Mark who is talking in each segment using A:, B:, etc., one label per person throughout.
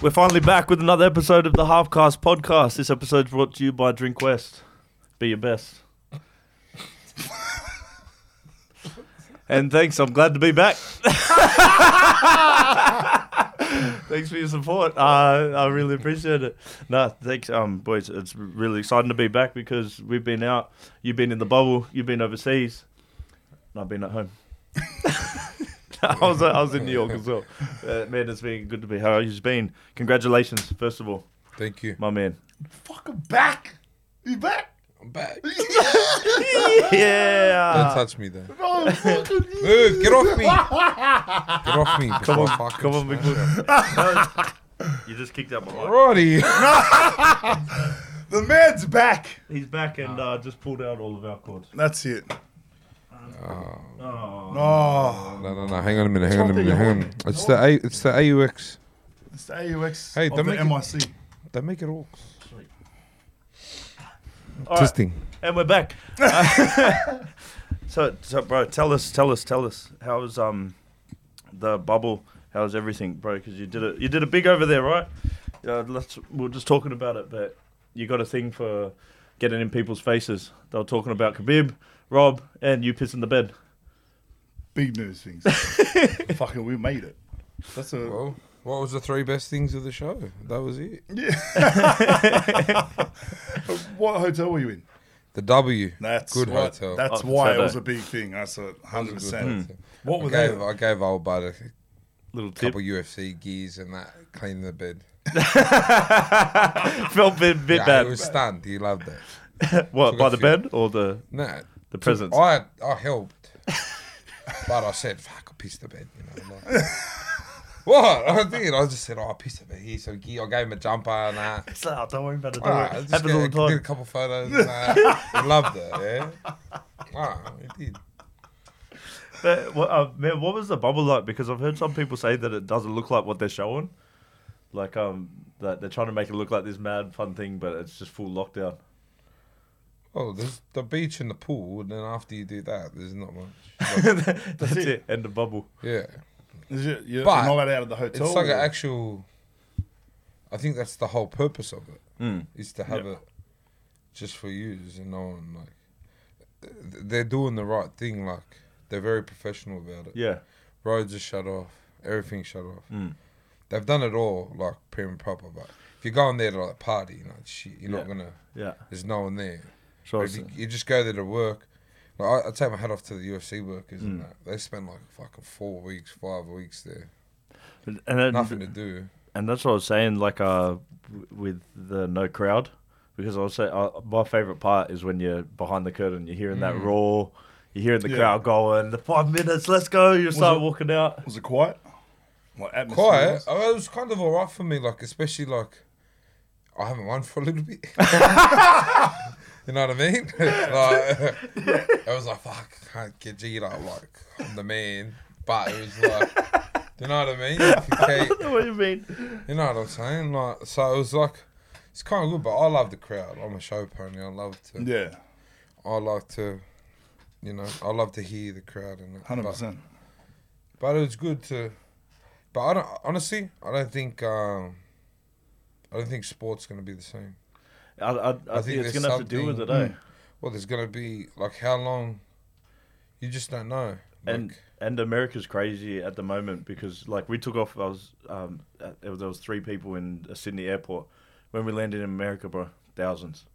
A: We're finally back with another episode of the Halfcast podcast. This episode's brought to you by Drink West. Be your best. and thanks, I'm glad to be back. thanks for your support. Uh, I really appreciate it. No, thanks, um, boys. It's really exciting to be back because we've been out. You've been in the bubble. You've been overseas. And I've been at home. I was I was in New York as well. Uh, man, it's been good to be. How have you been? Congratulations, first of all,
B: Thank you.
A: my man.
C: Fuck, I'm back. You back?
B: I'm back. Don't
A: Yeah.
B: touch me then.
C: Bro, I'm fucking
B: Move, get off me. Get off me.
A: Come
B: before I
A: on,
B: fucking
A: come on, big
B: smash you.
A: boy. you just kicked out my line.
B: Alrighty.
C: the man's back.
A: He's back and uh, just pulled out all of our cords.
C: That's it.
A: Oh.
C: Oh,
B: No, no, no. Hang on a minute. Hang on a
C: Something
B: minute.
C: you
B: Hang on.
C: want.
B: It's the A. It's the AUX.
C: it's the AUX
B: Hey,
C: of
B: don't
C: the
B: make it-
C: MIC.
B: They make it all.
A: All right,
B: Testing.
A: and we're back. Uh, so, so, bro, tell us, tell us, tell us. How was um the bubble? How was everything, bro? Because you did it, you did it big over there, right? Uh, let's. We are just talking about it, but you got a thing for getting in people's faces. They were talking about Khabib, Rob, and you pissing the bed.
C: Big news things. fucking, we made it. That's a
B: Well, what was the three best things of the show? That was it.
C: what hotel were you in?
B: The W.
C: That's
B: good
C: what-
B: hotel.
C: That's
A: Oh,
C: why
A: hotel.
C: it was a big thing. That's a
B: That was
C: hundred
B: a good
C: percent. Hmm.
B: hotel.
C: What
B: I
C: were
B: gave,
C: they?
B: I gave old bud a
A: Little tip.
B: couple UFC gears and that. Cleaning the bed.
A: Felt a bit, bit
B: yeah,
A: bad.
B: He was stunned. He loved it.
A: what
B: took
A: by
B: a
A: the
B: few.
A: bed or the
B: No.
A: the presents?
B: I I helped, but I said, "Fuck, I pissed the bed." You know, like, what I did? I just said, "Oh, I pissed the bed here." So he- I gave him a jumper and that.
A: It's like, "Oh, don't worry about it. Don't
B: Alright,
A: worry.
B: I just
A: Happens all the
B: get- did a
A: time.
B: couple photos. And that. he loved it. Yeah. Wow, he did.
A: But what, uh, man, what was the bubble like? Because I've heard some people say that it doesn't look like what they're showing. Like um, that they're trying to make it look like this mad fun thing, but it's just full lockdown.
B: Oh, there's the beach and the pool, and then after you do that, there's not much.
A: That's
C: it.
A: it. End of bubble.
B: Yeah,
C: Is it, you're
B: But
C: not allowed out of the
B: it's
C: hotel.
B: like an
C: or-
B: actual. I think that's the whole purpose of it.
A: Mm.
B: is to have it just for use and no one like th- they're doing the right thing like they're very professional about it
A: Yeah.
B: roads are shut off everything's shut off
A: Mm.
B: they've done it all like prim and proper but if you go in there to like party you know shit you're not
A: Yeah.
B: gonna
A: Yeah.
B: there's no one there
A: So
B: if
A: it's,
B: you, you just go there to work like, I, I take my hat off to the UFC workers
A: Hmm.
B: and that they spend like fucking four weeks five weeks there
A: and then-
B: nothing to do
A: and that's what I was saying. Like uh, w- with the no crowd, because I was saying uh, my favorite part is when you're behind the curtain, you're hearing that roar, you're hearing the
C: Mm. Yeah.
A: crowd going, the five minutes, let's go. You start
C: it-
A: walking out.
C: Was it quiet? What atmosphere?
B: quiet
C: was?
B: oh, it was kind of alright for me like especially like I haven't won for a little bit. you know what I mean? like, I was like, fuck, I can't get G like, like I'm the man. But it was like, you know what I mean? If you
A: what
B: can't-
A: do you mean?
B: you know what I'm saying? Like, so it was like, it's kind of good. But I love the crowd. I'm a show pony. I love to.
C: Yeah,
B: I like to. You know, I love to hear the crowd and that.
C: hundred
B: But-
C: percent.
B: but it was good to. But I don't honestly. I don't think. Um, I don't think sport's gonna be the same.
A: I, I, I, think,
B: think
A: it's
B: there's
A: gonna have to do with it,
B: something-
A: eh?
B: Well, there's gonna be like how long. You just don't know. Like,
A: and and America's crazy at the moment because like we took off. I was um, at- there was- there was three people in a Sydney airport when we landed in America, bro. Thousands.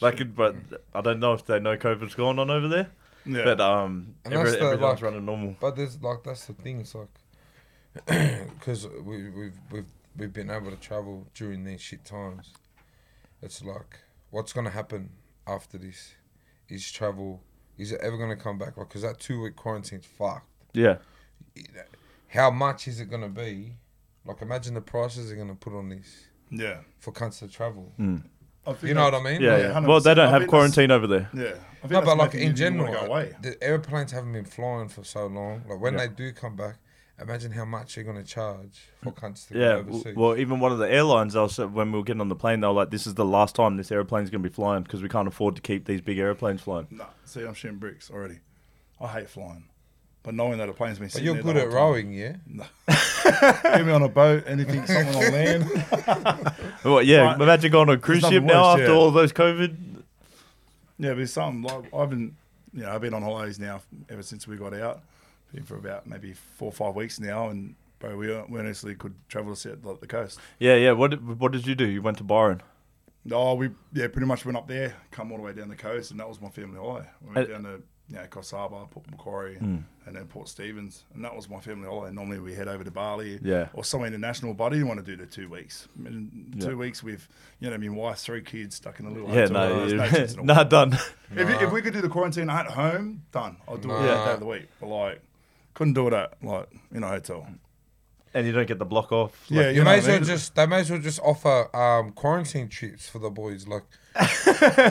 A: Like, it- but I don't know if they know COVID's going on over there.
C: Yeah,
A: But um,
B: And
A: every,
B: that's the,
A: everyone's
B: like-
A: running normal.
B: but there's like that's the thing. It's like because we we've we've we've been able to travel during these shit times. It's like what's gonna happen after this? Is travel? Is it ever gonna come back? Like, cause that two week quarantine's fucked.
A: Yeah,
B: how much is it going to be? Like, imagine the prices they're going to put on this
C: yeah.
B: for cunts to travel.
A: Hmm.
C: I think
B: You know what
C: that-
B: I mean?
A: yeah.
C: Yeah,
A: yeah.
C: 100%.
A: Well, they don't
C: I
A: have
C: think
A: quarantine over there.
C: Yeah, I think
B: No,
C: that's
B: but like
C: making
B: in
C: you wanna
B: general,
C: go away.
B: the airplanes haven't been flying for so long. Like when
A: Yeah.
B: they do come back, Imagine how much they're gonna charge for cunts to go
A: Yeah, w-
B: overseas.
A: well, even one of the airlines, I was, when we were getting on the plane, they were like, "This is the last time this airplane's going to be flying because we can't afford to keep these big airplanes flying."
C: Nah, see, I'm shooting bricks already. I hate flying, but knowing that a plane's been
B: but
C: sitting
B: you're
C: there
B: good
C: the
B: at
C: whole
B: rowing, yeah.
C: time. Get me on a boat, anything, someone on land.
A: Well, yeah,
C: Right.
A: imagine going on a cruise
C: nothing
A: ship now
C: worse,
A: after
C: yeah.
A: all those COVID.
C: Yeah, but it's something like I've been, you know, I've been on holidays now ever since we got out. Been for about maybe four or five weeks now, and bro, we we honestly could travel to sit like the coast.
A: Yeah, yeah. What did, what did you do? You went to Byron.
C: Oh, we yeah, pretty much went up there, come all the way down the coast, and that was my family holiday. We went
A: Uh,
C: down to you know Coffs Harbour, Port Macquarie,
A: Hmm.
C: and then Port Stevens, and that was my family holiday. Normally we head over to Bali,
A: Yeah.
C: or somewhere international, but I didn't want to do the two weeks. I mean,
A: Yeah.
C: Two weeks with you know, I mean, wife, three kids stuck in a little
A: yeah,
C: hotel.
A: no,
C: there's
A: you,
C: chance in the
A: nah, done.
C: If,
B: Nah.
C: if we could do the quarantine at home, done. I'll do it
B: Nah.
C: that day of the week. But like, couldn't do it at like in a hotel. And
A: And you don't get the block off. like-
B: You,
C: yeah, you know
B: may
C: what
B: as
C: I
B: well
C: mean?
B: just they may as well just offer um, quarantine trips for the boys. Like,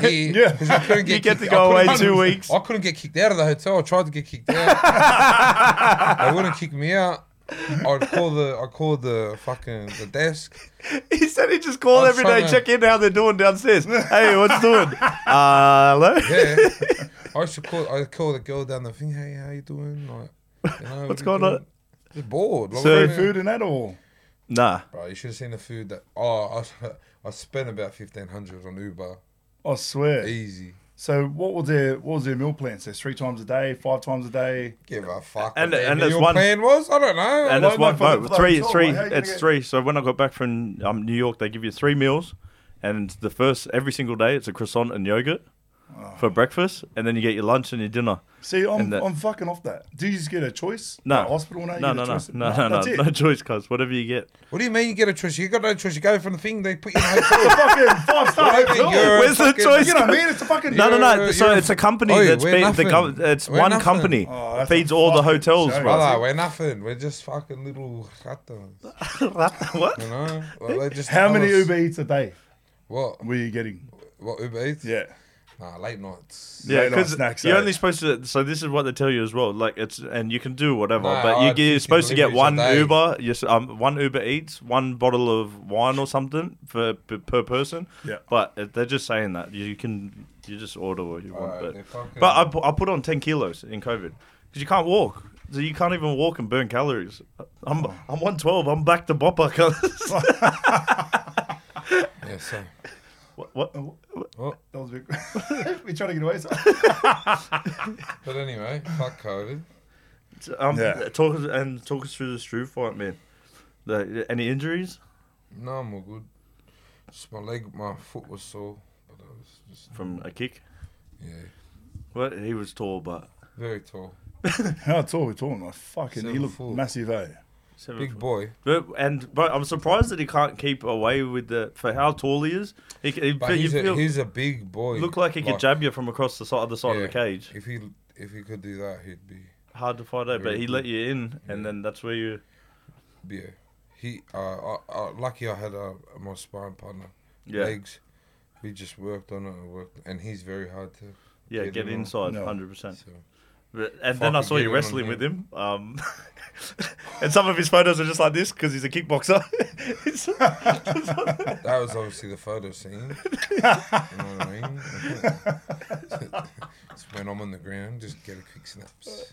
B: he,
C: Yeah.
B: 'cause I couldn't
A: You get to
B: kicked-
A: go
B: I
A: away
B: couldn't-
A: two weeks.
B: I couldn't get kicked out of the hotel. I tried to get kicked out. they wouldn't kick me out. I'd call the I called the fucking the desk.
A: he said he just called
B: I'm
A: every day,
B: tryna-
A: check in how they're doing downstairs. hey, what's doing? Uh, hello.
B: Yeah, I used to call I call the girl down the thing. Hey, how you doing? Like, you know, what
A: What's
B: you
A: going
B: doing?"
A: on?
B: Just bored. Like,
A: So-
B: what
C: Free
B: do you mean?
C: food and that all.
A: Nah.
B: Bro, you should have seen the food that. Oh, I, I spent about fifteen hundred on Uber.
C: I swear.
B: Easy.
C: So what was their what was their meal plan? So it's three times a day, five times a day.
B: Give a fuck.
A: And-
B: what the
A: and
B: hell
A: it's
B: your
A: one-
B: plan was I don't know.
A: and
C: Why
A: it's
C: not
A: one
C: for the-
A: boat.
C: for the
A: Three,
C: hotel?
A: three.
C: How you gonna
A: It's
C: get-
A: three. So when I got back from um, New York, they give you three meals, and the first every single day it's a croissant and yogurt
C: Oh.
A: for breakfast, and then you get your lunch and your dinner.
C: See, I'm
A: And the-
C: I'm fucking off that. Do you just get a choice?
A: No
C: Like hospital now.
A: No, no,
C: you get a
A: no,
C: choice?
A: no,
C: Nah,
A: no, no,
C: that's it.
A: no choice, cuz whatever you get.
B: What do you mean you get a choice? You got no choice. You go from the thing they put you in a
C: It's a
B: hotel.
C: fucking five star
B: Wait,
C: hotel.
B: you're-
C: You
A: Where's the
B: fucking-
A: choice?
C: know what I
A: cuz?
C: mean? It's a fucking
A: No, no, no.
B: You're-
A: So
B: you're-
A: it's a company
B: Oi,
A: that's
B: we're
A: been the
B: nothing.
A: gov- It's
B: We're
A: one
B: nothing.
A: company
C: Oh,
A: that
C: that's
A: feeds
C: a
A: all the
C: fucking
A: hotels,
C: joke.
A: bro.
B: Brother, we're nothing. We're just fucking little ratas.
A: what?
B: You know? Like, they just
C: How
B: tell
C: many
B: us-
C: Uber Eats a day
B: What?
C: were you getting?
B: What Uber Eats?
C: Yeah.
B: Nah, late nights.
A: Yeah,
C: Late night
A: because
C: snacks,
A: you're
C: eh?
A: only supposed to. So this is what they tell you as well. Like it's and you can do whatever,
B: Nah,
A: but you,
B: I'd
A: get- you're
B: think
A: supposed to get
B: deliveries
A: one
B: a day.
A: Uber, yes, um, one Uber Eats, one bottle of wine or something for per, per person.
C: Yeah.
A: But it- they're just saying that you can you just order what you want.
B: Alright, they're
A: but
B: fucking-
A: but I, pu- I put on ten kilos in COVID because you can't walk. So you can't even walk and burn calories. I'm
C: Oh.
A: I'm one twelve. I'm back to bopper. 'cause-
B: Yeah, so.
A: what, what?
B: Well,
C: That was a big. we trying to get away. So.
B: but anyway, fuck COVID.
A: Um,
C: Yeah.
A: Talk us- and talk us through the Struve fight, man. The, any injuries
B: No, I'm all good. Just my leg, my foot was sore. But I was just,
A: from a kick?
B: yeah,
A: Well, he was tall, but
B: very tall.
C: How tall we talking? Like fucking,
B: Seven
C: he looked
B: foot.
C: massive, eh?
A: Mm.
B: Big boy.
A: But, and but I'm surprised that he can't keep away with the for how tall he is. He, he,
B: But
A: you
B: he's a,
A: feel-
B: he's a big boy.
A: look like he could jab you from across the side other side of the
B: Yeah.
A: cage.
B: If he if he could do that, he'd be
A: Hard to find out, but he let you in, and then that's where you.
B: Yeah, he. Uh, I, I, lucky I had uh, my sparring partner.
A: Yeah.
B: Legs. We just worked on it and worked, and he's very hard to.
A: Yeah,
B: Get
A: get
B: in on-
A: inside,
C: No.
A: hundred percent.
B: So.
A: And then I
B: Fucking
A: saw
B: get
A: you
B: in on
A: wrestling with him, um, and some of his photos are just like this because he's a kickboxer. It's-
B: That was obviously the photo scene. you know what I mean? It's when I'm on the ground, just get a quick snaps.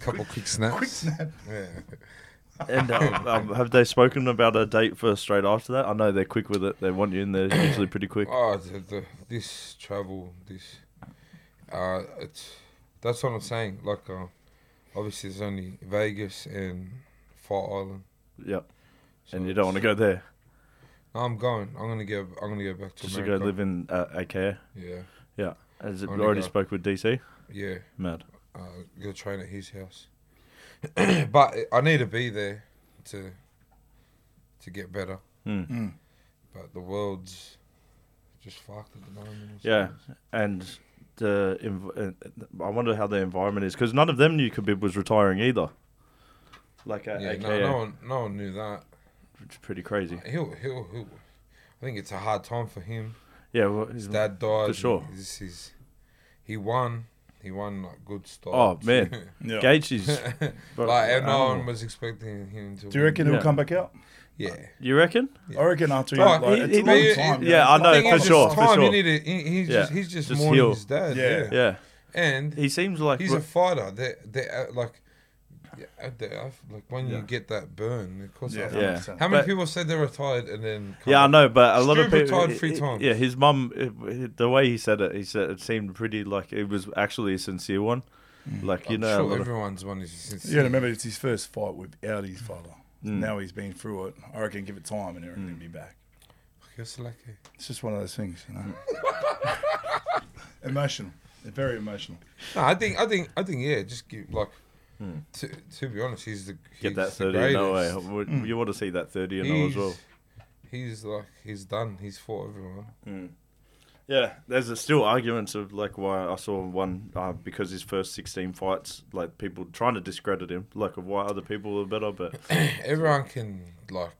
B: Couple quick snaps. Quick snap. Yeah.
A: and um, um, have they spoken about a date for straight after that? I know they're quick with it; they want you in there usually pretty quick.
B: Oh, the, the, this travel, this, uh, it's that's what I'm saying. Like, uh, obviously, there's only Vegas and Fort Island.
A: Yep. and
B: So
A: you don't want to go there.
B: No, I'm going. I'm gonna go. I'm gonna go back to
A: Just to go
B: America.
A: live in uh, IKEA.
B: yeah,
A: Yeah. As it
B: Only
A: already
B: go.
A: spoke with DC.
B: yeah.
A: Mad.
B: Uh, go train at his house. but I need to be there to to get better.
A: Mm.
B: But the world's just fucked at the moment. I
A: Yeah.
B: suppose.
A: And the env- uh, I wonder how the environment is because none of them knew Khabib was retiring either. Like uh, at
B: Yeah.
A: IKEA,
B: No, no one, no one knew that.
A: which is pretty crazy.
B: He'll, he'll, he'll. I think it's a hard time for him.
A: Yeah. Well, he's-
B: His dad died.
A: sure.
B: This is. He won. He won like good style.
A: Oh man,
C: Yeah.
A: Gage is. um,
B: like and no
A: animal.
B: one was expecting him to.
C: Do you reckon
A: Yeah.
C: he'll come back out?
B: Yeah.
A: You reckon?
B: Yeah.
C: I reckon after
B: Oh,
C: like,
B: he-
C: it's
A: he-
C: a long
B: he-
C: time.
A: yeah, I know,
B: I think
A: for
B: it's just
A: sure, for
B: Time,
A: sure.
B: He needed, he, he's
A: Yeah.
B: just he's just,
A: Just
B: mourning
A: heal.
B: his dad.
C: Yeah.
B: Yeah.
A: Yeah,
B: And
A: he seems like
B: he's a fighter. They they uh, like yeah, uh, they- uh, like when you
A: Yeah.
B: get that burn, it costs.
C: Yeah.
B: a-
A: Yeah.
B: How many
A: But-
B: people said they retired and then? come
A: Yeah, I
B: back?
A: know, but a lot of
B: Stu
A: people.
B: retired three times.
A: Yeah, his mum. it- The way he said it, he said it seemed pretty like it was actually a sincere one. Like you
B: Mm. I'm
A: know, a
B: sure
A: lot of-
B: everyone's one is sincere.
C: Yeah, remember it's his first fight without his father.
A: Mm.
C: Now he's been through it. I reckon give it time and everything will be back.
B: You're so lucky.
C: It's just one of those things, you know. emotional. They're very emotional.
B: No, I think I think I think yeah. Just give like to, to be honest, he's the he's
A: Hmm. get that
B: the
A: thirty in no way.
B: greatest.
A: Would- You want to see that thirty in no
B: He's,
A: as well.
B: he's like he's done. He's fought everyone.
A: Yeah, there's a still arguments of like why I saw one uh, because his first sixteen fights, like people trying to discredit him, like of why other people are better, but
B: everyone can like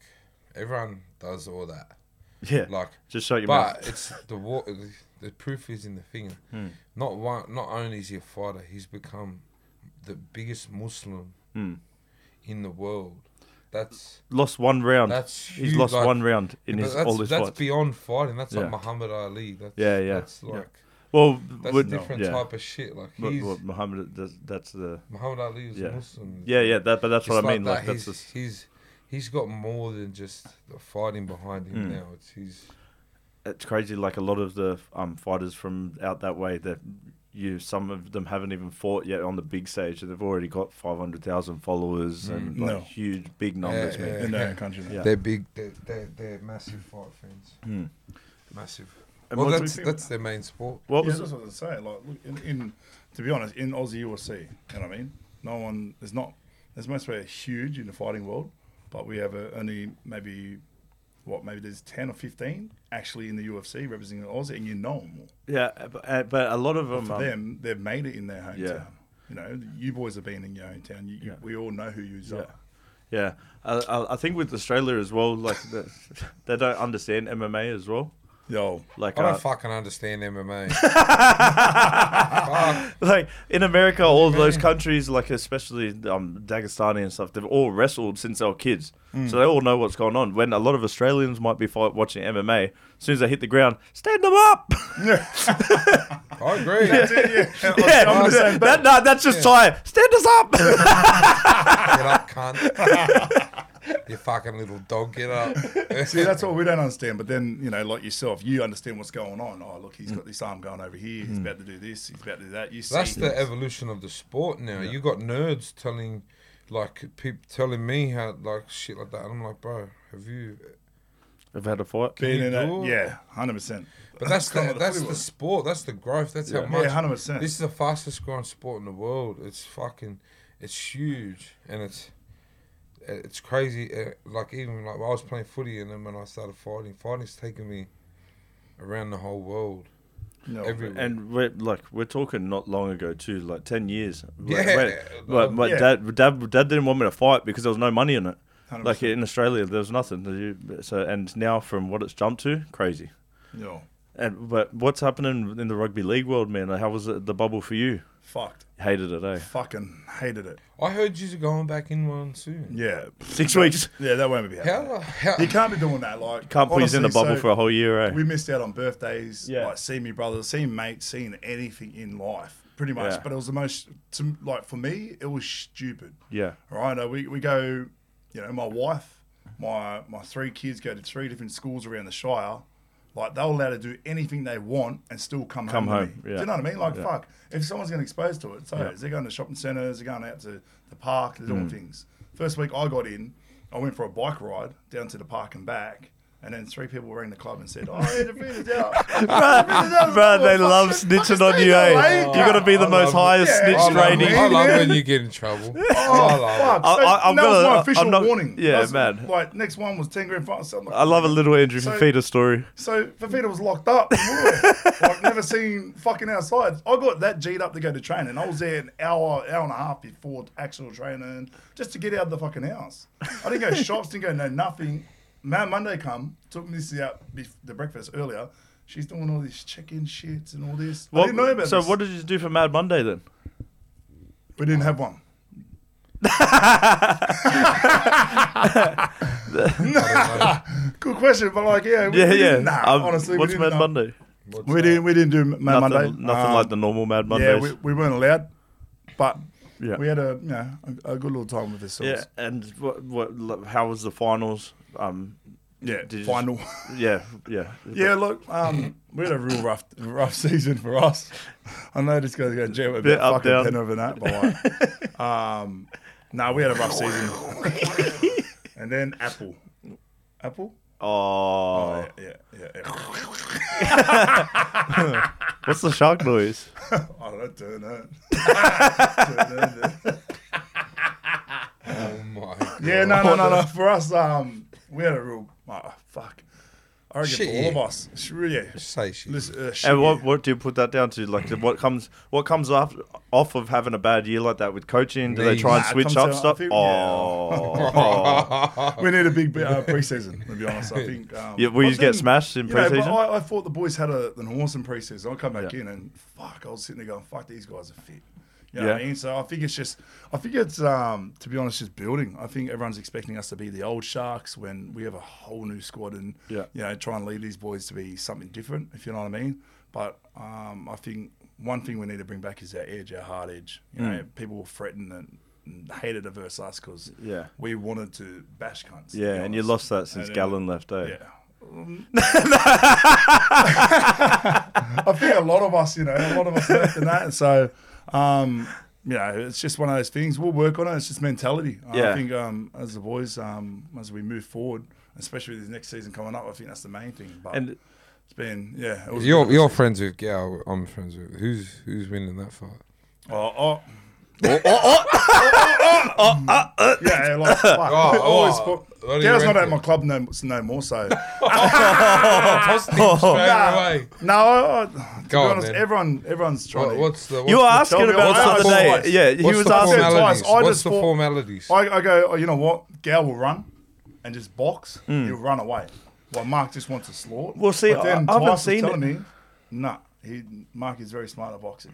B: everyone does all that.
A: yeah,
B: Like
A: just shut your
B: But
A: mouth.
B: it's the wa- the- the proof is in the finger.
A: Hmm.
B: Not one. Not only is he a fighter, he's become the biggest Muslim
A: Mm.
B: in the world. That's
A: Lost one round.
B: that's
A: Um, He's
B: huge,
A: lost
B: like-
A: one round in
B: but
A: his
B: that's,
A: all his
B: that's
A: fights.
B: beyond fighting. That's like
A: Yeah.
B: Muhammad Ali. That's,
A: Yeah, yeah,
B: That's
A: yeah.
B: like
A: well,
B: that's
A: would,
B: a different
A: yeah.
B: type of shit. Like
A: But,
B: he's
A: well, Muhammad, that's, that's the
B: Muhammad Ali was
A: yeah.
B: Muslim.
A: yeah, yeah. That, but that's
B: It's
A: what I mean. Like
B: that.
A: that's
B: he's,
A: just,
B: he's he's got more than just the fighting behind him
A: Mm.
B: now. It's he's
A: it's crazy. Like a lot of the um, fighters from out that way, that you some of them haven't even fought yet on the big stage, and they've already got five hundred thousand followers and like
C: No.
A: huge, big numbers.
B: Yeah,
A: man.
B: yeah.
C: In their own country. man.
A: Yeah.
B: they're big. They're they're, they're massive fight fans.
A: Hmm.
B: Massive.
A: And
B: well,
A: what's-
B: that's that's their main sport.
A: what
C: Yeah,
A: was
C: that's what I was saying. Like, look, in, in to be honest, in Aussie UFC, you know what I mean? No one there's not there's most we're huge in the fighting world, but we have uh only maybe what maybe there's ten or fifteen actually in the UFC representing Aussie, and you know them all.
A: yeah, but, uh, but a lot of them.
C: For
A: um,
C: them, they've made it in their hometown.
A: Yeah.
C: You know, you boys have been in your hometown. You, you,
A: Yeah.
C: We all know who you
A: Yeah.
C: are.
A: Yeah, I, I, I think with Australia as well, like the, they don't understand MMA as well.
C: Yo,
A: Like,
B: I don't
A: uh,
B: fucking understand MMA.
A: like in America, all those countries, like especially um, Dagestani and stuff, they've all wrestled since they were kids,
C: Mm.
A: so they all know what's going on. When a lot of Australians might be fight, watching MMA, as soon as they hit the ground, stand them up.
C: Oh,
B: I agree.
A: yeah,
C: I'm the same
A: that, no, that's just Thai. Stand us up.
B: Get up, cunt. you fucking little dog, get up.
C: See, that's what we don't understand. But then, you know, like yourself, you understand what's going on. Oh, look,
A: Mm.
C: he's got this arm going over here. He's about to do this. He's about to do that. You see,
B: That's the evolution of the sport now. You got nerds telling, like, people telling me how like shit like that, and I'm like, bro, have you?
A: I've had a fight.
C: being
B: you
C: in that.
B: do it?
C: Yeah, hundred percent.
B: But that's
C: kind
B: the,
C: of
B: that's the
C: Hollywood.
B: sport. That's the growth. That's
A: Yeah.
B: how
C: yeah,
B: much.
C: hundred percent.
B: This is the fastest growing sport in the world. It's fucking, it's huge, and it's, it's crazy. Uh, Like even like I was playing footy, and then when I started fighting, fighting's taken me around the whole world.
C: No,
B: everywhere.
A: And we're like we're talking not long ago too, like ten years.
B: Yeah.
A: When- but my
C: Yeah.
A: dad, dad, dad didn't want me to fight because there was no money in it.
C: 100%.
A: Like in Australia, there was nothing. You- So and now from what it's jumped to, crazy.
C: no,
A: And but what's happening in the rugby league world, man? Like, How was it, the bubble for you?
C: fucked.
A: Hated it, eh?
C: Fucking hated it.
B: I heard you're going back in one soon.
C: Yeah,
A: Six weeks.
C: yeah, that won't be happening.
B: How? how
C: You can't be doing that. Like,
A: Can't put you in the
C: honestly,
A: bubble
C: so-
A: for a whole year, eh?
C: we missed out on birthdays,
A: Yeah.
C: like seeing my brother, seeing mates, seeing anything in life, pretty much.
A: Yeah.
C: But it was the most, to, like for me, it was stupid.
A: yeah.
C: All right, uh, we, we go, you know, my wife, my my three kids go to three different schools around the Shire. Like they're allowed to do anything they want and still come,
A: Come
C: home.
A: home,
C: to me.
A: yeah.
C: Do you know what I mean? Like
A: Yeah.
C: fuck, if someone's getting exposed to it, so
A: Yeah. Mm.
C: they're going to shopping centres, they're going out to the park, they're doing things. First week I got in, I went for a bike ride down to the park and back. And then three people rang the club and said, "Oh, yeah, the food is out." Oh,
A: Bruh, they love snitching on you, eh?
C: away,
A: You gotta be the
B: I
A: most
B: love-
A: highest
C: yeah,
B: I
C: it's
A: snitch
B: love,
C: raining.
A: rating.
B: I love when you get in trouble.
A: Oh,
B: I love it.
C: Oh, Fuck.
A: I-
C: So
A: I- I'm
C: that was
A: gonna-
C: my
A: I'm
C: official
A: not-
C: warning.
A: yeah,
C: That's-
A: man. Uh,
C: Like next one was ten grand fine. So I'm like,
A: I love a little Andrew
C: So-
A: Fafita story.
C: So Fafita was locked up. in Wollongong. like never seen fucking outside. I got that G'd up to go to training. I was there an hour, hour and a half before actual training, just to get out of the fucking house. I didn't go shops, didn't go no nothing. Man, Monday come, took me this out bef- the breakfast earlier. she's doing all these chicken shits and all this. I
A: What-
C: didn't know about
A: so
C: this.
A: what did you do for Mad Monday then?
C: we didn't have one. Good question, but like, yeah, we,
A: Yeah,
C: we
A: yeah.
C: didn't- Nah,
A: Um,
C: honestly,
A: what's
C: we
A: Mad
C: didn't, know.
A: Monday?
B: What's
C: We
B: that?
C: didn't. We didn't do Mad
A: nothing,
C: Monday.
A: Nothing
C: Um,
A: like the normal Mad
C: Yeah,
A: Mondays.
C: we, we weren't allowed, but
A: yeah.
C: we had a you know, a, a good little time with this. so
A: yeah.
C: it's-
A: And what, what? How was the finals? Um,
C: yeah.
A: Did you-
C: final.
A: yeah, yeah,
C: yeah, look, um, we had a real rough rough season for us. I know this guy's going to jam a bit
A: Bit up,
C: fucking
A: down.
C: pen over that, but like, um, no, we had a rough season. and then Apple, Apple.
A: Oh,
C: Oh, yeah, yeah, yeah.
A: what's the shark noise?
C: I don't turn that.
B: Oh my god.
C: Yeah, no, no, no, no. For us, um, we had a real oh, fuck. I reckon
B: Shit,
C: for all of
B: yeah.
C: us, It's really, yeah.
B: Say shit.
C: Listen, uh, shit,
A: And
C: yeah.
A: what what do you put that down to? Like, the- what comes what comes off off of having a bad year like that with coaching? Do they
B: Knees.
A: try and
C: Nah, it
A: switch
C: comes
A: up
C: down- I
A: stuff?
C: think- yeah.
A: Oh,
C: we need a big bit, uh, preseason. To be honest, I think. Um,
A: Yeah, we
C: I
A: used to get
C: think,
A: smashed in
C: you know, but
A: preseason.
C: I, I thought the boys had a, an awesome preseason. I come back
A: Yeah.
C: in and fuck, I was sitting there going, "Fuck, these guys are fit." You know what I
A: Yeah.
C: mean? So I think it's just, I think it's, um, to be honest, just building. I think everyone's expecting us to be the old Sharks when we have a whole new squad and,
A: Yeah.
C: you know, try and lead these boys to be something different, if you know what I mean. But um, I think one thing we need to bring back is our edge, our hard edge. You
A: Mm.
C: know, people were threatened and, and hated it versus us because
A: Yeah.
C: we wanted to bash cunts. to
A: yeah,
C: be
A: and you
C: honest.
A: lost that since
C: And then-
A: Gallon left, eh?
C: yeah. Um, I think a lot of us, you know, a lot of us left in that. So, um, you know, it's just one of those things. We'll work on it. It's just mentality.
A: Yeah.
C: I think um, as the boys, um, as we move forward, especially with this next season coming up, I think that's the main thing. But
A: And
C: it's been, yeah. It was
A: Oh.
B: You're you're friends with Gal. I'm friends with. Who's who's winning that fight?
C: Oh, oh.
A: oh,
C: yeah, yeah, like, fuck. I always
B: oh.
C: put-
B: What do you
C: Gail's not at
B: reckon?
C: my club no, no more, so.
A: Oh,
B: Positive straight away.
C: No, I, I, to be
B: Go on,
C: honest,
B: then.
C: everyone, everyone's trying
B: What,
C: to.
B: what's the? What's
A: you were
B: the,
A: asking
C: Tell me
A: about
C: what's
A: that the
C: the
A: other day.
C: formality?
A: Yeah, he
B: what's
A: was
B: the
A: asking.
C: formality?
B: formalities?
C: I
B: What's
C: just
B: the
C: thought-
B: formalities?
C: I, I go, oh, you know what? Gal will run and just box. He'll run away. Well, Mark just wants to slaughter.
A: Hmm. Well, see, I- I haven't
C: Tyson was
A: seen it.
C: telling me, nah, he, Mark is very smart at boxing.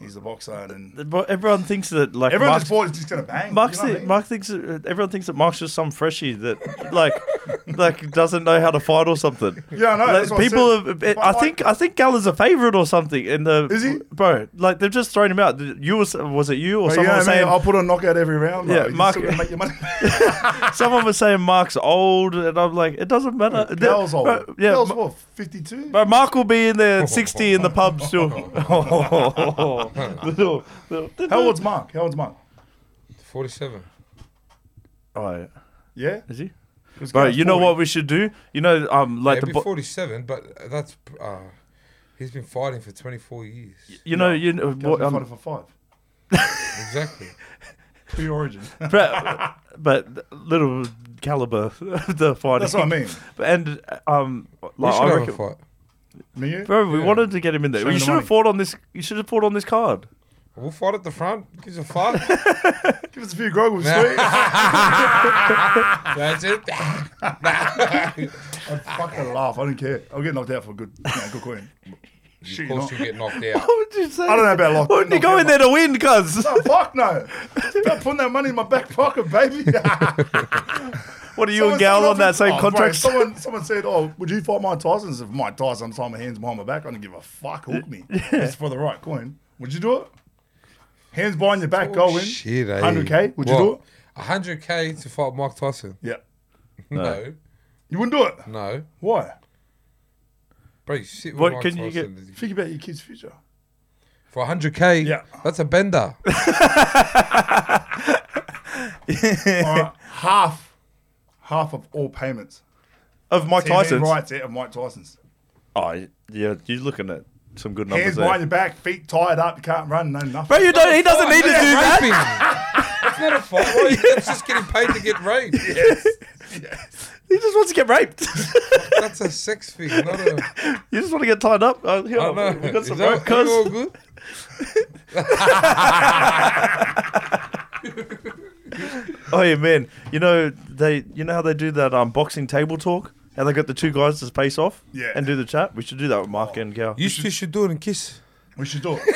C: He's a boxer, and
A: But everyone thinks that like
C: everyone
A: Mark's-
C: just thought he's just gonna bang.
A: Mark's
C: you know what I
A: the,
C: mean?
A: Mark thinks that- everyone thinks that Mark's just some freshie that like like doesn't know how to fight or something.
C: Yeah, I know,
A: Like,
C: that's what I
A: people
C: said.
A: have.
C: But
A: I
C: like-
A: think I think Gallagher's a favorite or something. In the
C: Is he?
A: bro? Like they've just thrown him out. You was was it you or
C: But you
A: someone
C: know what I
A: was
C: mean?
A: saying?
C: I'll put a knockout every round.
A: Yeah,
C: Yeah,
A: Mark-
C: Mark, gonna make your money.
A: someone was saying Mark's old, and I'm like, it doesn't matter.
C: Gal's old.
A: Bro, yeah,
C: Gal's
A: Ma-
C: what? Fifty-two.
A: But Mark will be in there at 60 in the pub still. little, little,
C: How old's Mark? How old's Mark?
B: Forty-seven.
A: Right,
C: Yeah,
A: is he?
C: 'Cause
A: Bro,
C: Gal's
A: you know
C: 40.
A: what we should do? You know, um, like
B: Maybe
A: the bo-
B: forty-seven, but that's uh, he's been fighting for twenty-four years.
A: you know, you know,
C: Gal's
A: what,
C: been
A: um,
C: fighting for five.
B: Exactly.
C: Pre-origin.
A: but, but little caliber the fighting.
C: That's what I mean.
A: And um,
B: we
A: like
B: should
A: I
B: have a
A: reckon,
B: fight.
C: Me, you?
A: bro, we
B: Yeah.
A: wanted to get him in there.
C: Show him
A: you
C: the
A: should have
C: money.
A: fought on this. You should have fought on this card.
B: We'll fight at the front. Who Gives a fuck.
C: give us a few goggles,
B: Nah.
C: sweet.
B: That's it.
C: I'd fucking laugh. I don't care. I'll get knocked out for a good, you know, good coin. Shit,
B: of
C: you
B: course,
C: not.
B: you get knocked out.
A: What would you say?
C: I don't know about lock-
A: Wouldn't you go
C: knockout
A: in there to win, cuz?
C: No, fuck no. Stop putting that money in my back pocket, baby. you
A: What are you and Gal on that same contract?
C: Oh, someone, someone said, "Oh, would you fight Mike Tyson?" If Mike Tyson, I'm tying my hands behind my back. I don't give a fuck. Hook me. It's for the right coin. Would you do it? Hands behind your back, go in.
B: Shit, eh?
C: 100k. Would you do it?
B: Hundred k to fight Mike Tyson?
C: Yeah.
B: No,
C: You wouldn't do it.
B: no,
C: Why?
B: bro. You sit with
A: What
B: Mike
A: can you
B: Tyson
C: Think about your kid's future.
B: for hundred k.
C: Yeah.
B: that's a bender.
C: All right, half, half of all payments.
A: Of Mike Tyson.
C: TV rights out of Mike Tyson's.
A: Oh, yeah, you're looking at some good numbers
C: Hands behind
A: there.
C: your back, feet tied up, you can't run, no nothing.
A: Bro, you don't, he doesn't need to do that.
B: It's not a fight. Why are you- It's just getting paid to get raped.
A: He just wants to get raped.
B: That's a sex thing. Not a.
A: you just want to get tied up. Uh, here,
B: I don't know.
A: we got
B: Is
A: some
B: that-
A: rope,
B: are you all
A: cuz.
B: good?
A: Oh yeah, man. You know they, you know how they do that um boxing table talk. And they got the two guys to space off
C: Yeah.
A: and do the chat. We should do that with Mark and Gal.
B: You two should do it and kiss.
A: e-
C: We should do it. what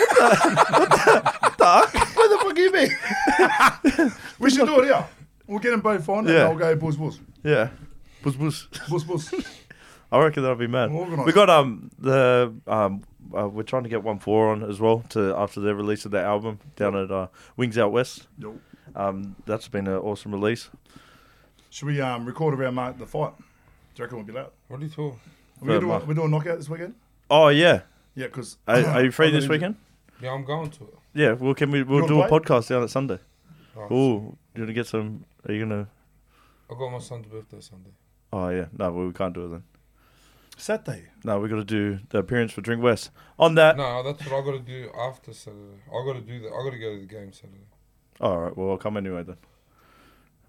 C: the fuck you mean? we should do it here. We'll get them both on
A: Yeah.
C: and I'll go buzz buzz.
A: yeah. Buzz buzz.
C: Buzz buzz.
A: I reckon that'll be mad.
C: We'll organise
A: We got um the um uh, we're trying to get one four on as well to after the release of their album down at uh, Wings Out West.
C: Yo.
A: Um, that's been an awesome release.
C: Should we um, record around Mark the fight? Do you reckon we'll be loud?
B: What are you talking?
C: We're
A: Yeah,
C: doing,
A: Mark.
C: we're doing knockout this weekend?
A: Oh yeah,
C: Yeah, because.
A: are, are you free
C: I'm
A: this
C: injured.
A: weekend?
B: Yeah, I'm going to it.
A: Yeah, well can we
C: You
A: we'll
C: wanna
A: do a
C: play?
A: podcast down at Sunday.
B: Right.
A: Ooh, you gonna get some? Are you gonna?
B: I got my son's birthday Sunday.
A: Oh yeah, no, well, we can't do it then.
C: Saturday.
A: No, we got to do the appearance for Drink West. On that,
B: No, that's what I got to do after Saturday. I got to do that. I got to go to the game Saturday.
A: all right. Well, I'll come anyway then.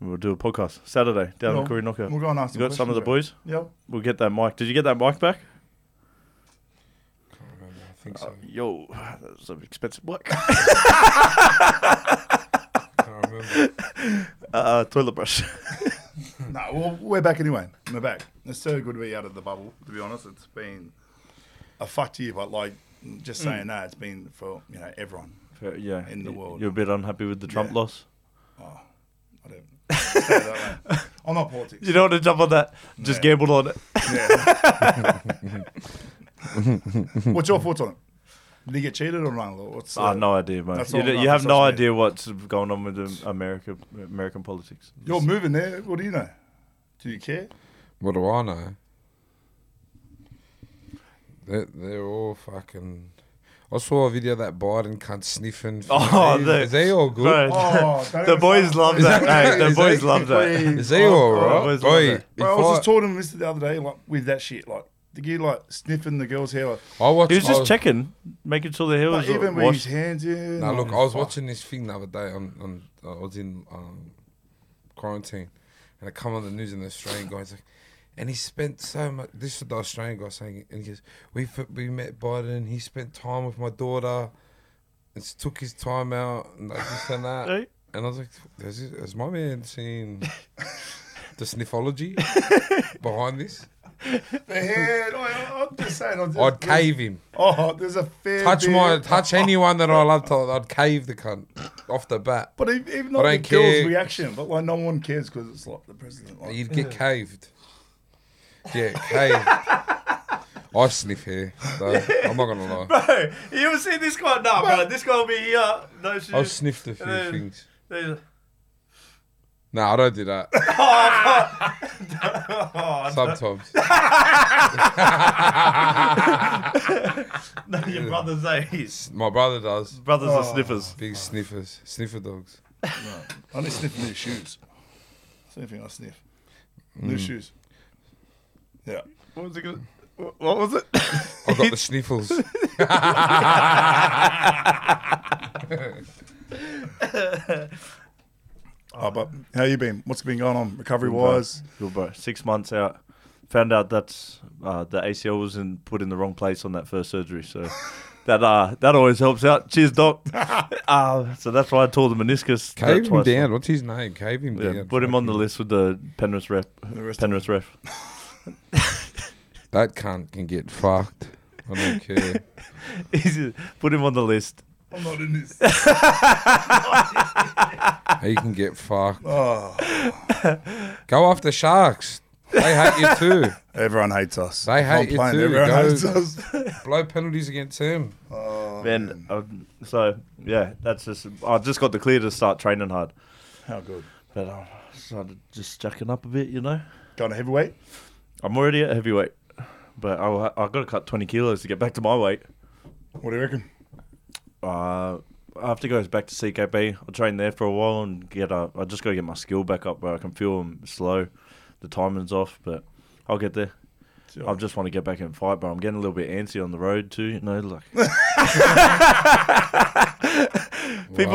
A: We'll do a podcast Saturday down
C: No,
A: at Koori Knockout.
C: We'll go and ask
A: You got some of the
C: questions,
A: boys.
C: bro.
A: We'll get that mic. Did you get that mic back?
B: Can't remember. I think
A: Uh,
B: so.
A: yo, that's an expensive Uh, mic.
B: Can't remember.
A: uh, toilet brush.
C: Yep. No, well, we're back anyway. We're back. It's so good to be out of the bubble, to be honest. It's been a fucked year, but like, just saying
A: Mm.
C: that, it's been for, you know, everyone.
A: yeah.
C: In the world.
A: You're a bit unhappy with the Trump
C: Yeah.
A: loss.
C: I don't say it that way. I'm not politics.
A: You don't want to jump on that. Just
C: Yeah.
A: gambled on it.
C: Yeah. What's your thoughts on it? Did he get cheated or not? Or What's
A: Ah,
C: uh,
A: no idea, man.
C: That's
A: You,
C: all-
A: d-
C: no,
A: you have
C: that's
A: no
C: what I mean.
A: idea what's going on with the America, American politics.
C: You're moving there. What do you know? Do you care?
B: What do I know? They're, they're all fucking. I saw a video of that Biden cunt sniffing.
A: Oh,
B: is,
A: the-
B: is they all good?
A: Bro,
C: Oh, don't
A: the
C: even
A: boys
C: start.
A: love
B: Is
A: that.
B: that-
A: Hey, the
B: is
A: boys
B: that-
A: love that.
C: Please.
B: Is they all
A: God,
B: right?
A: Oh, boys love
B: Oi,
A: that.
B: if
C: Bro, I was just
B: I-
C: talking to Mister the other day, like with that shit, like the kid like sniffing the girl's hair. Like,
B: I watched.
A: He was
B: I
A: just checking, making sure the hair
C: like,
A: was
C: Oh. even with his
A: washed.
C: hands in.
B: Now
C: like,
B: look, I was
C: fuck.
B: watching this thing the other day. On, on I was in um, quarantine, and I come on the news, and the Australian guy's like, and he spent so much. This is the Australian guy saying, it, and he goes, "We f- we met Biden. He spent time with my daughter, and s- took his time out, and like this and that."
A: Hey.
B: And I was like, "Has, he- has my man seen the sniffology behind this?
C: the head. I, I'm just saying. I'm just,
B: I'd cave him.
C: Oh, there's a fair.
B: Touch my
C: bit-
B: touch anyone that I love. To, I'd cave the cunt off the bat.
C: But even even
B: I
C: not the
B: don't
C: girl's
B: care.
C: reaction, but like no one cares because it's like the president. Like,
B: You'd get caved. Yeah, caved. I sniff hair, though. I'm not gonna lie.
A: Bro, you ever seen this guy? Nah, bro, this guy will be here. No shoes.
C: Oh,
B: I've sniffed a few
A: then-
B: things.
A: There's-
B: No, I don't do that.
A: Oh,
B: Sometimes.
A: None of your brothers, eh? His
B: My brother
C: Oh.
B: does.
A: brothers are sniffers.
B: Big sniffers. Sniffer dogs.
C: I only sniff new shoes. Same thing I sniff. New
B: Mm.
C: shoes. Yeah.
A: What was it? Gonna, what was it?
B: I've got the sniffles.
C: Oh, but how you been? What's been going on recovery wise?
A: Yo, bro, six months out. Found out that's uh, the ACL was in, put in the wrong place on that first surgery. So that uh, that always helps out. Cheers, doc. uh, so that's why I tore the meniscus. that
B: Cave him
A: twice.
B: down. What's his name? Cave him
A: Yeah,
B: down.
A: put him on the list with the Penrith ref.
C: The rest of-
A: Penrith ref.
B: That cunt can get fucked. I don't care.
A: He's- put him on the list.
C: I'm not in this.
B: He can get fucked.
C: Oh,
B: Go after sharks. They hate you too.
C: everyone hates us.
B: They
C: I'm
B: hate you
C: playing,
B: too.
C: Everyone
B: Go.
C: hates us.
B: Blow penalties against him.
C: Oh,
A: Then um, so yeah, that's just I just got the clear to start training hard.
C: how good.
A: But I started just jacking up a bit, you know.
C: Going to heavyweight?
A: I'm already at heavyweight, but I I got to cut 20 kilos to get back to my weight.
C: What do you reckon?
A: Uh, I have to go back to CKB. I'll train there for a while and get up. I just got to get my skill back up where I can feel them slow. The timing's off, but I'll get there. I just want to get back and fight, but I'm getting a little bit antsy on the road too. You know, like people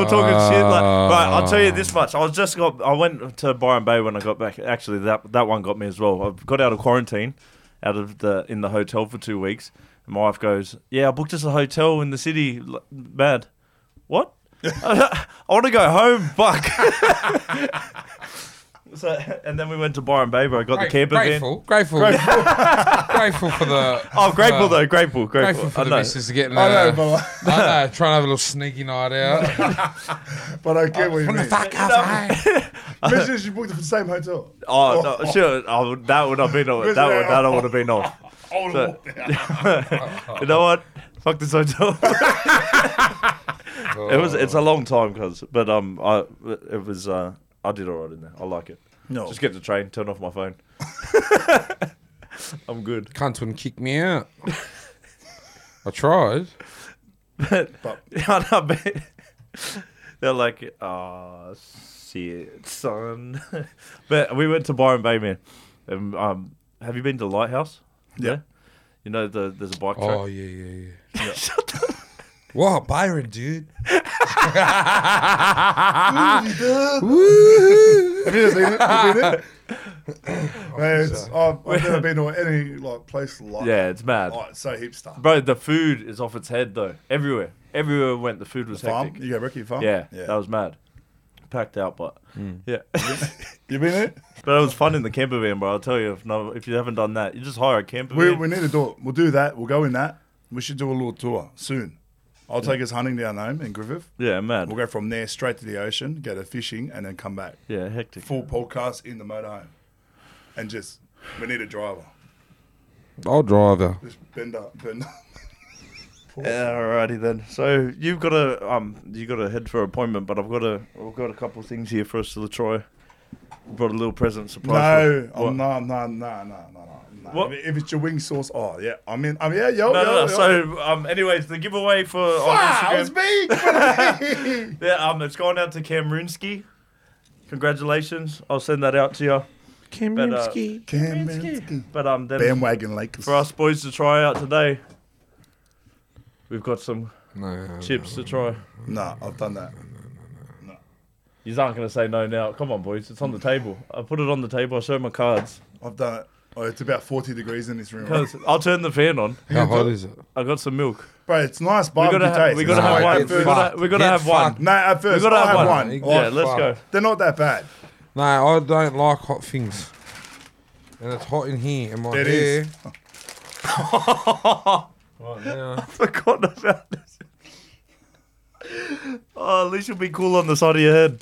A: talking shit. Like, right, I'll tell you this much. I was just got. I went to Byron Bay when I got back. Actually, that that one got me as well. I got out of quarantine, out of the in the hotel for two weeks. And my wife goes, "Yeah, I booked us a hotel in the city. L- Bad. What? I want to go home. Fuck." So, and then we went to Byron Bay, bro. Got the camper van.
B: grateful, grateful, grateful, for the.
A: Oh, grateful
B: for the-
A: though, grateful, grateful.
B: Grateful for
A: I
B: the
A: know.
B: missus getting.
C: I
B: uh,
C: know, but, like,
B: I know, trying to have a little sneaky night out.
C: but I get what you
B: From the
C: mean.
B: fuck up, hey?
C: Imagine if you booked it for the same hotel.
A: Oh, no, sure. Oh, that would have been off. That would, that would have been off.
C: I would
A: So-
C: have walked out.
A: you know what? Fuck this hotel. it was. It's a long time, cause. But um, I it was. Uh, I did alright in there. I like it.
C: No.
A: Just get the train. Turn off my phone. I'm good.
B: Cunt wouldn't kick me out. I tried.
A: Yeah, I bet. They're like, oh shit, son. but we went to Byron Bay, man. Um, um, have you been to Lighthouse?
C: Yeah.
A: You know the there's a bike
B: Oh
A: track.
B: yeah, yeah, yeah.
A: Shut the
B: Wow, Byron, dude.
C: Have you seen it? Have you seen it? Man, it's, I've, I've never been to any like place like
A: Yeah, it's mad.
C: Like, it's so hipster.
A: Bro, the food is off its head though. Everywhere, everywhere we went, the food was
C: farm?
A: hectic.
C: You go back to your farm?
A: Yeah,
C: yeah.
A: that was mad. Packed out, but yeah,
C: you been there?
A: but it was fun in the camper van, bro. I'll tell you if no, if you haven't done that, you just hire a camper
C: We,
A: van.
C: we need to do it. We'll do that. We'll go in that. We should do a little tour soon. I'll take us hunting down home in Griffith.
A: yeah, mad.
C: We'll go from there straight to the ocean, go to fishing, and then come back.
A: yeah, hectic.
C: Full podcast in the motorhome, and just we need a driver.
B: I'll drive her.
C: Just bend up, bend up.
A: Alrighty then. So you've got to um, you got to head for appointment, but I've got a, I've got a couple of things here for us to try. Brought a little present surprise.
C: No,
A: What?
C: oh, no, no, no, no, no, no. no.
A: What?
C: If, it- if it's your wing sauce, oh yeah, I'm in. I'm yeah, yo,
A: No,
C: yo,
A: no, no.
C: yo.
A: So, um, anyways, the giveaway for on
C: ah,
A: Instagram.
C: it's me.
A: Yeah, um, it's gone out to Kamrinsky. Congratulations. I'll send that out to you. Kamrinsky.
C: Kaminsky.
A: But um, then
C: Bandwagon Lakers.
A: for us boys to try out today, we've got some
B: No,
A: chips to try.
C: Nah, I've done that.
A: You aren't gonna say no now. Come on, boys. It's on the table. I put it on the table. I show my cards.
C: I've done it. Oh, it's about 40 degrees in this room. right?
A: 'Cause I'll turn the fan on.
B: How hot is it?
A: I got some milk.
C: Bro, it's nice
A: We
C: barbecue
A: gotta have.
C: taste.
A: We gotta
C: It's
A: have
C: like
A: one.
C: at
A: We
C: first-
A: gotta. We gotta
B: Get
A: have one.
B: fucked.
C: No, at first,
A: We gotta
C: I'll
A: have
C: have
A: one.
C: one.
B: Get
C: Oh,
A: Yeah, let's go.
C: They're not that bad.
B: No, I don't like hot things. And it's hot in here, and my
C: It
B: hair.
C: is.
B: Right now.
A: Forgotten about this. Oh, at least you'll be cool on the side of your head.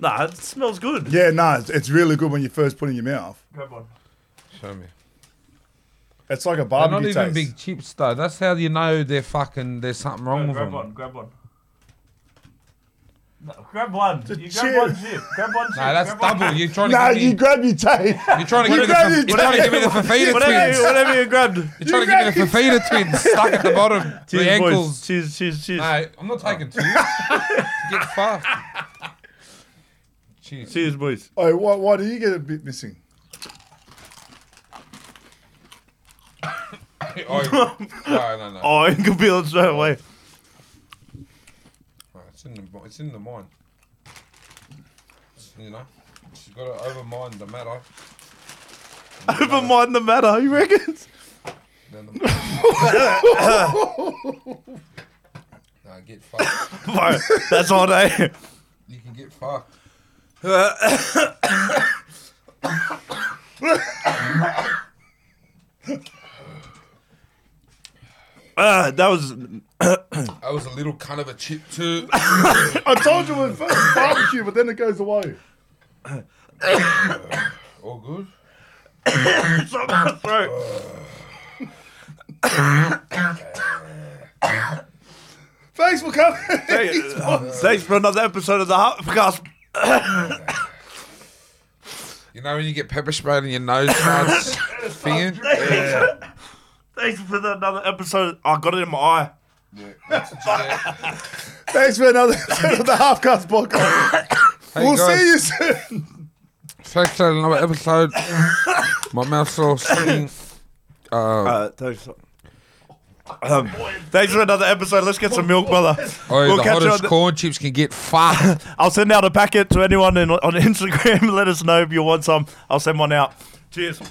A: Nah, it smells good.
C: Yeah, no, it's, it's really good when you first put it in your mouth.
A: Grab one.
B: Show me.
C: It's like a
B: They're not
C: barbecue
B: even
C: taste.
B: big chips though. That's how you know they're fucking. There's something wrong with
A: grab
B: them.
A: one. Grab one. No, grab one.
C: Just
A: you
C: chill.
A: grab one chip. Grab one chip.
B: No, that's
A: grab
B: double.
A: One.
B: You're trying to.
C: Nah,
B: give me,
C: you grab your taste.
B: you're trying to
C: you
B: give me the.
C: grab
B: fa-
C: your
B: You're trying to give me the Fafita
A: Whatever, you,
B: twins.
A: whatever you grabbed.
B: You're trying to give me the Fafita twins stuck at the bottom.
A: Cheers,
B: The
A: boys.
B: ankles.
A: Cheers, cheers, cheers.
B: No, I'm not taking two. Get fucked. Cheers.
A: Cheers, boys.
C: Oh, why, why do you get a bit missing?
B: Oh, no, no, no.
A: Oh, I can feel it straight away.
B: Right, It's in the mi- it's in the mind. It's, you know, you've got to overmind the matter.
A: Overmind the matter, you reckon?
B: Then the... nah, get fucked.
A: Bro, that's all day.
B: You can get fucked.
A: Uh, that was
B: That was a little cunt of a chip too.
C: I told you it was fucking barbecue, but then it goes away.
B: All good.
A: so my throat.
C: Thanks for coming. eh,
A: Thanks for another episode of the Hopcast.
B: You know when you get pepper sprayed in your nose parts, finger.
A: Thanks for the- another episode. I got it in my eye.
C: Thanks for another episode of the Half Cast Podcast.
B: Hey
C: we'll
B: guys,
C: see you soon.
B: Thanks for another episode. My mouth's all stinging. Uh,
A: Uh, thanks. Um, thanks for another episode. Let's get some milk, brother.
B: oh,
A: we'll
B: the
A: catch you
B: hottest
A: on the-
B: corn chips can get fucked.
A: I'll send out a packet to anyone in, on Instagram. Let us know if you want some. I'll send one out. Cheers.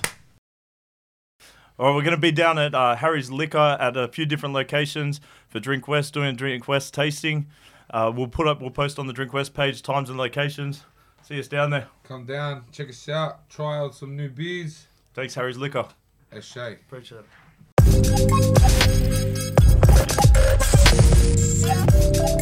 A: All right, we're going to be down at uh, Harry's Liquor at a few different locations for Drink West, doing Drink West tasting. Uh, we'll put up, we'll post on the Drink West page times and locations. See us down there.
B: Come down, check us out, try out some new beers.
A: Thanks, Harry's Liquor.
B: Hey, Shay.
C: Appreciate it.
D: Thank you.